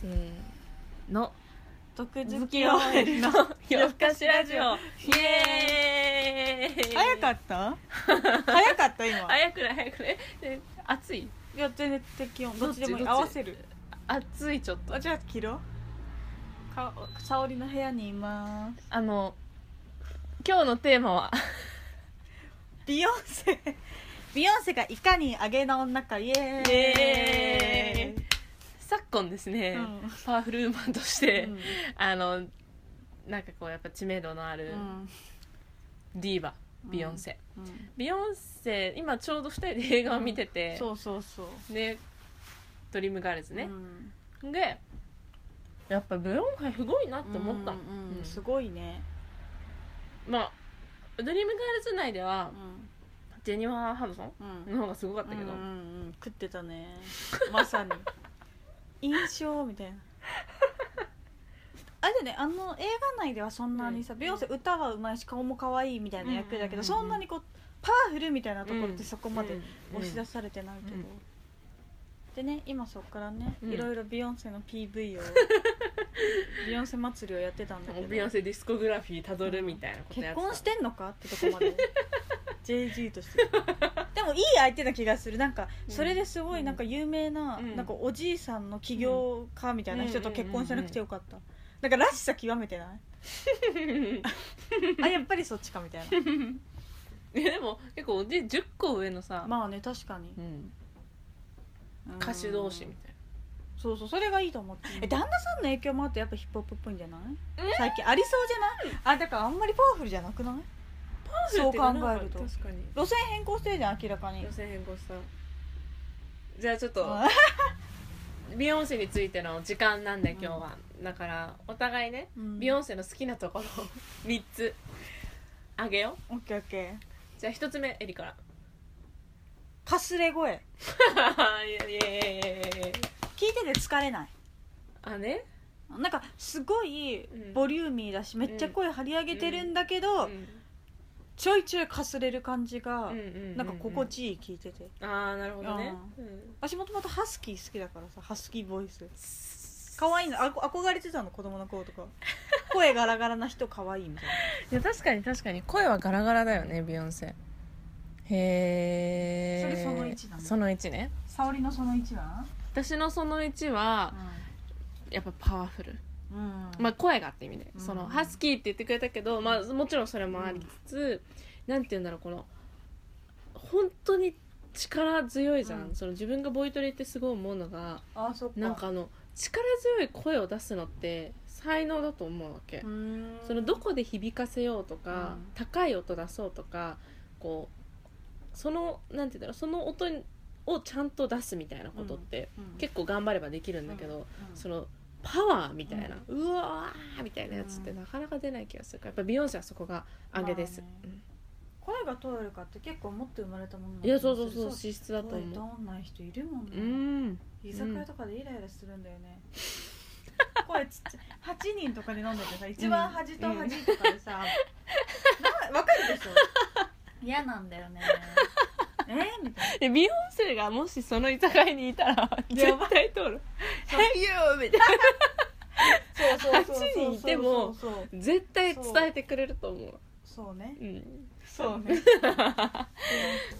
せーの毒好づききを OL の 夜更かしラジオイエーイ 早かった 早かった今い早くない早くないえ暑いや全然適温どっちでもいいどっち合わせる暑いちょっとあじゃあ切ろうか沙織の部屋にいますあの今日のテーマは ビヨンセ ビヨンセがいかに上げな女かイエーイイエーイ昨今ですね、うんパワフルウーマンとして、うんあのなんかこうやっぱ知名度のあるディーバ、ビヨンセうんうんビヨンセ今ちょうど2人で映画を見てて、そうそうそうでドリームガールズねう、んでやっぱブロンハイすごいなって思った、うんうんうんすごいねまあドリームガールズ内ではうんジェニファー・ハドソうんンの方がすごかったけど、うんうんうん、食ってたね まさに印象みたいなあれだよねあの映画内ではそんなにさ、うんビヨンセ歌はうまいし顔も可愛いみたいな役だけど、うんうんうんうんそんなにこうパワフルみたいなところってそこまで押し出す、されてないけど、うんでね今そこからね、うんいろいろビヨンセの PV をビヨンセ祭りをやってたんだけどビヨンセディスコグラフィーたどるみたいなことやっ結てた婚してんのかってとこま で JG としてでもいい相手な気がするなんかうんそれですごういんなんか有名な,、うんなんかおじいさんの起業家みたいな人と結婚しなくてよかった、なんからしさ極めてない あやっぱりそっちかみたいいやでも結構で10個上のさ、な まあね確かにうん歌手同士みたいそうそうそれがいいと思って、うんえ旦那さんの影響もあってやっぱヒップホップっぽいんじゃない、最近ありそうじゃないあだからあんまりパワフルじゃなくないなそう考えると確かに路線変更してるじゃん明らかに予選変更したじゃあちょっうとんビヨンセについての時間なんで今日は、だからお互いねうんビヨンセの好きなところを 3つあげよオッケーオッケーうじゃあ1つ目エリからかすれ声イエーイ聞いてて疲れないあね、なんかすごいうんボリューミーだし、めっちゃ声張り上げてるんだけど、うんちょいちょいかすれる感じが、うんうんうんなんか心地いい聞いててああなるほどね、うん私もともとハスキー好きだからさハスキーボイス可愛いのあこ憧れてたの子供の頃 とか声ガラガラな人可愛いみたいいや確かに確かに声はガラガラだよねビヨンセへえそれその一なのその1ねな沙織のその1は私のその1はやっぱパワフルうん、うんまあ、声がって意味で、うんそのハスキーって言ってくれたけど、まあ、もちろんそれもありつつ、なんて言うんだろうこの本当に力強いじゃん、うんその自分がボイトレってすごい思うのがあそっかなんかあの力強い声を出すのって才能だと思うわけ、うーんそのどこで響かせようとか、うん高い音出そうとかこうそのなんて言うんだろうその音をちゃんと出すみたいなことって、うん結構頑張ればできるんだけど、うんそのパワーみたいな、うわーみたいなやつってなかなか出ない気がするからやっぱビヨンセはそこが上げです、まあ声が通るかって結構持って生まれたものうんない気がやするそうそうそう資質だと声通思うんない人いるもんね、うん居酒屋とかでイライラするんだよね、 声ちっちゃい8人とかで飲んでてさ一番端と端とかでさ、なわかるでしょ嫌なんだよね えー、みたいでビヨンセがもしその居酒屋にいたらやば絶対通る「そう Hey you!」みたいなそうそうそう8人いてもそうそうな絶対伝えてくれると思うそうねう、ん、そうね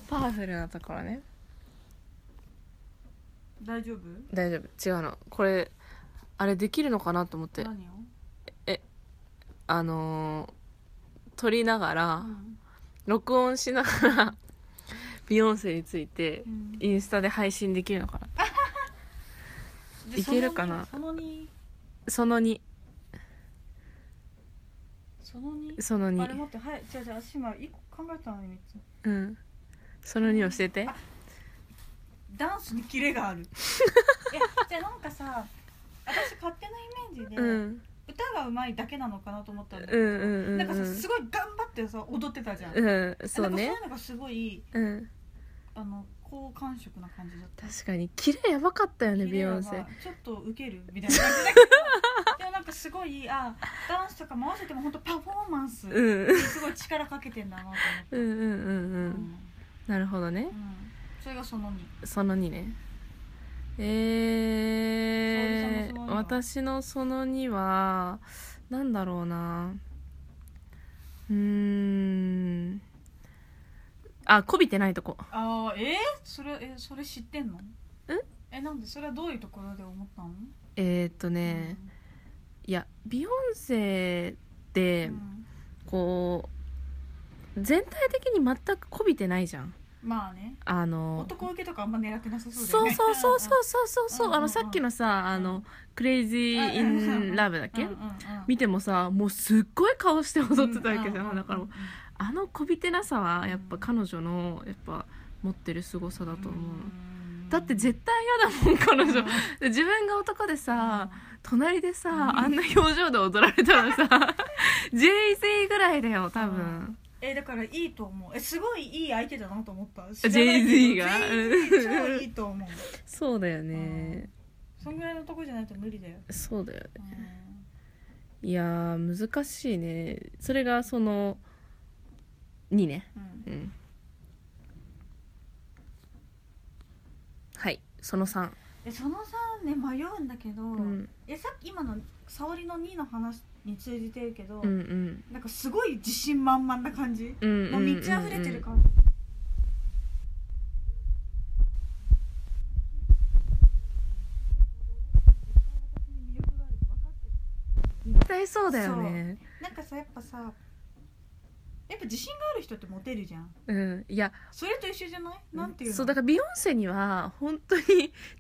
パワフルなところね大丈夫大丈夫違うのこれあれできるのかなと思って何を、あのー撮りながらうん録音しながら ビヨンセについてうんインスタで配信できるのかなでいけるかなその2その2その2そのあれ2待ってはいじゃあじゃあ私今1個考えたのに3つうんその2教えてダンスにキレが あるいやじゃあなんかさ私勝手なイメージで、うん歌がうまいだけなのかなと思ったんだけうど、んうんうんなんかうさんすごい頑張ってさ踊ってたじゃん、うんそうなねんかそういうのがすごいうんあの好感触な感じだった確かにキレやばかったよね綺ビ麗ヨだンなセちょっとウケるみたいな感じだ けどでもなんかすごいあダンスとかも合わせても本当パフォーマンスうんうんにすごい力かけてんだなと思って、うんうんううんんなるほどねうんそれがその2その2ね沙織えさんー、も私のその2はなんだろうなうーんあこびてないとこああえー、それえそれ知ってんのえなんでそれはどういうところで思ったのえー、っとね、いやビヨンセって、うんこう全体的に全くこびてないじゃんまあねあの男受けとかあんま狙ってなさそそうだうよねそうそうそうそうそうそううんうんうんあのさっきのさあのクレイジー・イン・ラブだっけうんうんうん見てもさもうすっごい顔して踊ってたわけじゃうんんだからあのこびてなさはやっぱうん彼女のやっぱ持ってる凄さだと思う、んだって絶対嫌だもん彼女うん自分が男でさう隣でさ、うんあんな表情で踊られた らさ JZ ぐらいだよ多分んえだからいいと思うえすごいいい相手だなと思った知 JZ らがないけど JZ 超いいと思うそうだよね、そんぐらいのとこじゃないと無理だよそうだようんいやー難しいねそれがその2ねうんうんはいその3えそのさね迷うんだけどうんえさっき今の沙織の2の話に通じてるけどうんうんなんかすごい自信満々な感じうんうんうんもう満ち溢れてる感じ絶対そうだよねなんかさやっぱさやっぱ自信がある人ってモテるじゃんうんいやそれと一緒じゃないなんていうのそうだからビヨンセには本当に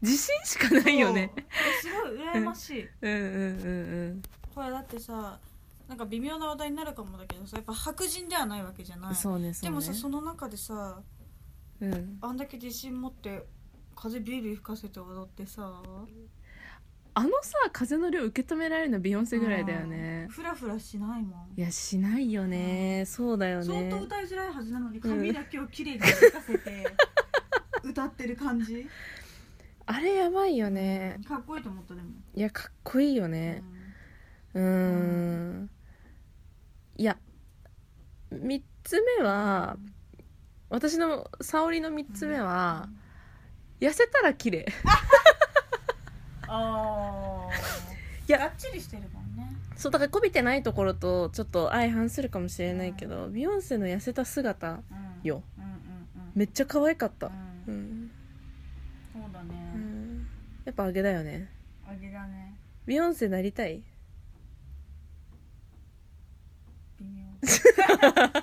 自信しかないよねそうえすごい羨ましいうんうんうんこれだってさなんか微妙な話題になるかもだけどさやっぱ白人ではないわけじゃうなんいそうねそうねでもさその中でさうん、あんだけ自信持って風ビュービュー吹かせて踊ってさあのさ風の量受け止められるのビヨンセぐらいだようんねフラフラしないもんいやしないよねそうだよね相当歌いづらいはずなのに髪だけを綺麗に吹か せて歌ってる感じあれやばいよねかっこいいと思ったでも、いやかっこいいようねんうーんいや3つ目は私の沙織の3つ目は、痩せたら綺麗あいいややがっちりしてるもんねそうだからこびてないところとちょっと相反するかもしれないけど、ビヨンセの痩せた姿うんようんうんうんめっちゃ可愛かったうんうん、そうだうねん、やっぱあげだよねあれだねビヨンセなりたい微妙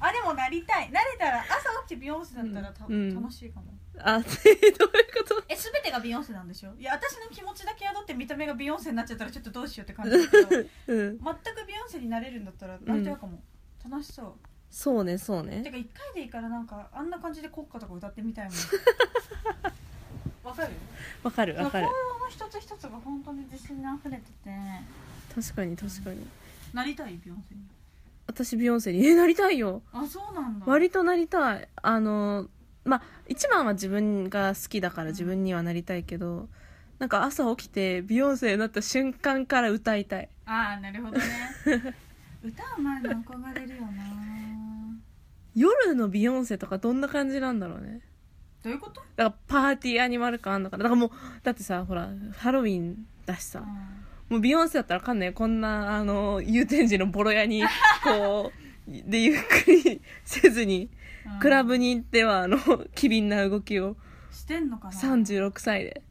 あでもなりたい慣れたら朝起きてビヨンセだったらた、うん楽しいかもあどういうことえ全てがビヨンセなんでしょいや私の気持ちだけ宿って見た目がビヨンセになっちゃったらちょっとどうしようって感じ だけど全くうんビヨンセになれるんだったらなりたいかも、楽しそうそうねそうてねか一回でいいからなんかあんな感じで国歌とか歌ってみたいもん わかるわかるわかる行動の一つ一つが本当に自信に溢れてて確かに確かになりたいビヨンセに私ビヨンセに「えなりたいよあそうなんだ割となりたいあのまあ一番は自分が好きだから自分にはなりたいけどなんか朝起きてビヨンセになった瞬間から歌いたいああなる ほどね歌う前に憧れるよな夜のビヨンセとかどんな感じなんだろうねどういうこと、だからパーティーアニマル感あんのかなだからもうだってさほらハロウィンだしさうもうビヨンセだったらわかんないこんなあの祐天寺のボロ屋にこ うでゆっくりせずにんクラブに行ってはあの機敏な動きをしてんのかな36歳で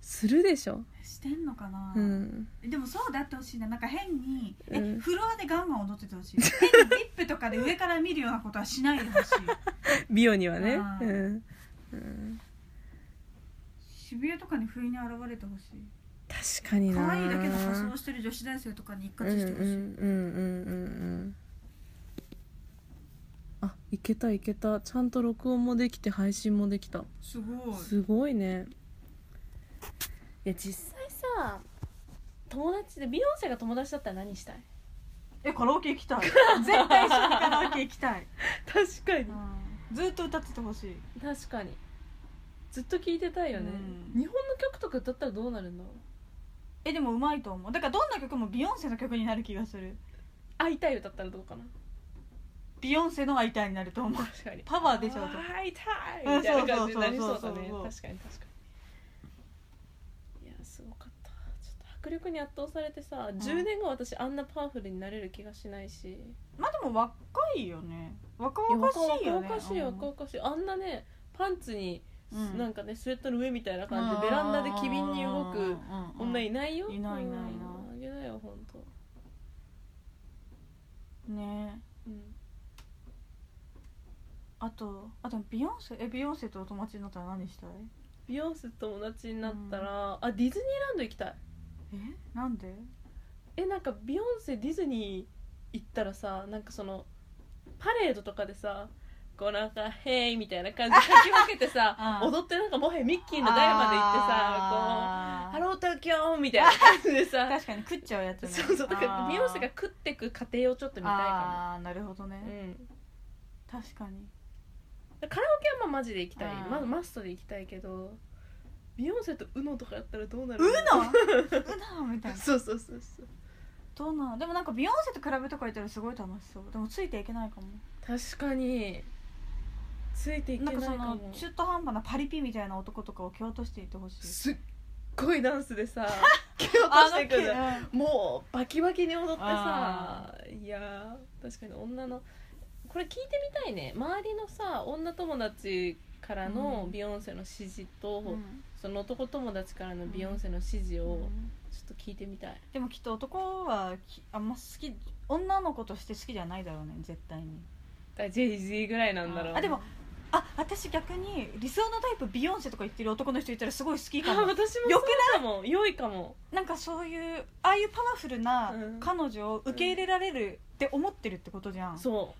するでしょしてんのかな、うんでもそうであってほしいななんか変に、うんえフロアでガンガン踊ってて ほしい変にリップとかで上から見るようなことはしないでほしい美容にはねあうーん、うん、渋谷とかに不意に現れてほしい確かにな可愛いだけの仮装してる女子大生とかに一括うんうんしてほしい、うんうんうんうんあいけたいけたちゃんと録音もできて配信もできたすごいすごいねいや実際さ友達でビヨンセが友達だったら何したいえカラオケ行きたい絶対一緒にカラオケ行きたい、確かにうん、ずっと歌っててほしい確かにずっと聴いてたいよね、うん日本の曲とか歌ったらどうなるんだろうえでもうまいと思うだからどんな曲もビヨンセの曲になる気がする会いたい歌ったらどうかなビヨンセの相手になると思う確かにパワー出ちゃうと思う会いたいうんみたいな感じになりそうだそうそうねそうそう確かに確かにいやすごかった迫力に圧倒されてさ、ん10年後私あんなパワフルになれる気がしないしまあでも若いよね若いや々若しいよ々ねしい若々しいあんなねパンツに、うんなんかねスウェットの上みたいな感じでベランダで機敏に動く女いねないよ、いないういないいないんあげないよ本当ねうんあとあとビヨンセえビヨンセとお友達になったら何したいビヨンセと友達になったら、あディズニーランド行きたいえなんでえなんかビヨンセディズニー行ったらさなんかそのパレードとかでさこうなんか「ヘイ!」みたいな感じでかき分けて さうん踊ってなんかもはやミッキーの台まで行ってさ「こうハロロー東京!」みたいな感じでさ確かに食っちゃうやつねそうそうだからあービヨンセが食ってく過程をちょっと見たいかあーなるほどねも、うん、確かにカラオケはまあマジで行きたいあーまマストで行きたいけどビヨンセとウノとかやったらどうな うるのうのみたいなそうそうそうそうどうなのでもなんかビヨンセと比べとかいたらすごい楽しそうでもついていけないかも確かについていけななんいかかそもの中途半端なパリピみたいな男とかを蹴落としていってほしいすっごいダンスで さ蹴落としてくるあのもうバキバキに踊ってさいやー確かに女のこれ聞いてみたいね周りのさ女友達からのうんビヨンセの支持と、毛うんその男友達からのビヨンセの支持をちょっと聞いてみたい、でもきっと男はきあんま好き女の子として好きじゃないだろうね絶対にだから JZ ぐらいなんだろうあでもあ私逆に理想のタイプビヨンセとか言ってる男の人いたらすごい好きあか私も もそうかも良いかもなんかそういうああいうパワフルなうん彼女を受け入れられるって思ってるってことじゃん、そ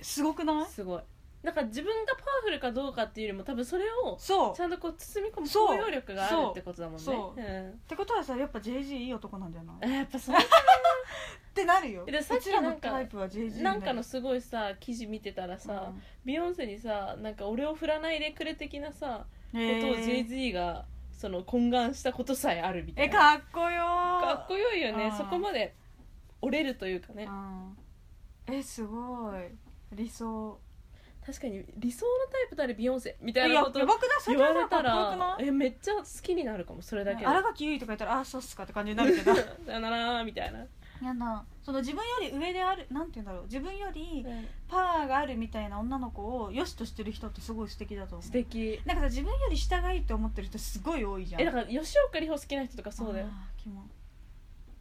うすごくないすごいだから自分がパワフルかどうかっていうよりも多分それをそうちゃんとこう包み込むそう包容力があるってことだもんねそううんってことはさやっぱ JG いい男なんじゃないあっやっぱそうてなるよでさっうきちらなのんかタイプは JG にななるんかのすごいさ記事見てたらさ、うんビヨンセにさなんか俺を振らないでくれ的なさことをへー JZ がその懇願したことさえあるみたえいなかっこよかっこよいよねうんそこまで折れるというかねうんえすごい理想確かに理想のタイプ誰ビヨンセみいたやいなやこばくとないそれ言かわられたかっこよくらないえめっちゃ好きになるかもそれだけで荒垣結衣とか言ったらあそうっすかって感じになる けどさよならみたいな、やだその自分より上であるなんて言うんだろう自分よりパワーがあるみたいな女の子を良しとしてる人ってすごい素敵だと思う素敵なんかさ自分より下がいいって思ってる人すごい多いじゃんえだから吉岡里帆好きな人とかそうだよあーキモ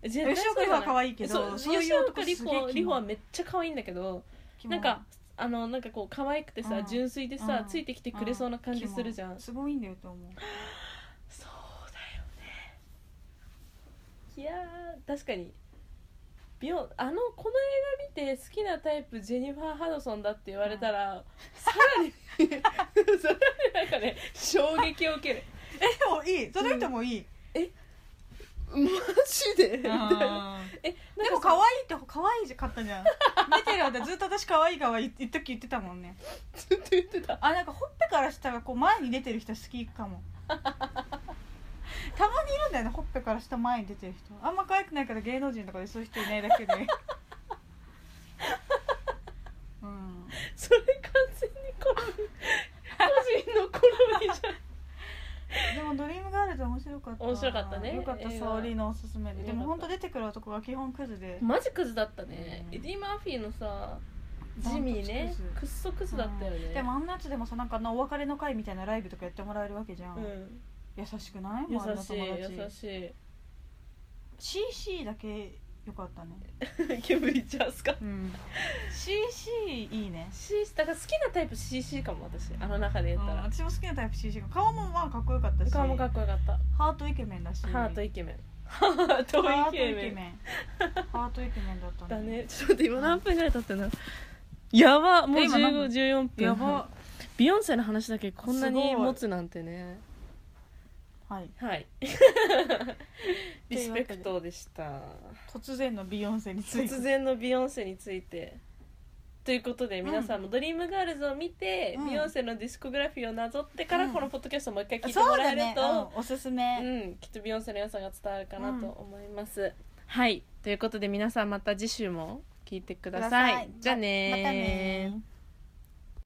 絶対吉岡里帆は可愛いけそどうそうい吉う岡男里すげえ帆キ里帆モはめっちゃ可愛いんだけどキモなんかあのなんかこう可愛くてさ、うん純粋でさ、うんついてきてくれそうな感じするじゃん、キモすごいんだよと思 うそうだよねいやー確かに美容あのこの映画見て好きなタイプジェニファー・ハドソンだって言われたら、さらに さらになんかね衝撃を受けるえでもいいその人もいい、マジでみたいなえでも可愛いって可愛いじゃ買ったじゃん見てる間ずっと私可愛い可愛いって一時言ってたもんねずっと言ってたあなんかほっぺから下がこう前に出てる人好き かもたまにいるんだよねほっぺから下前に出てる人あんま可愛くないから芸能人とかでそういう人いないだ けでうんそれ完全に好み個人の好みじゃんでも「ドリームガールズ」面白かった面白かったねよかった映画沙織のおすすめででよかもった本当出てくる男が基本クズでマジクズだったね、うんエディ・マーフィーのさジミーねダントツクッソクズだったよね、うんでもあんなやつでもさなんかあのお別れの会みたいなライブとかやってもらえるわけじゃん、うん優しくない優周りのしい友達優し CC だけよかったねいケブリちゃんすかうん CC いいね CC だから好きなタイプ CC かも私あの中で言ったら、私も好きなタイプ CC が顔もまあかっこよかったし顔もかっこよかった、ハートイケメンだしハートイケメンハートハーイケメンンハートイケメンだっただねちょっと待って今何分ぐらい経ってんだやばもうえ今何分1514分やばビヨンセの話だけこんなにすごい持つなんてねはい はい。リスペクトでした。突然のビヨンセについて突然のビヨンセについて。ということでん皆さんも「ドリームガールズを見て、うんビヨンセのディスコグラフィーをなぞってからうんこのポッドキャストをもう一回聞いてそもうらだえるね、と、うんおすすうんめ、きっとビヨンセの良さが伝わるかなと思います。はいということで皆さんまた次週も聞いてください。じゃあねーまたねー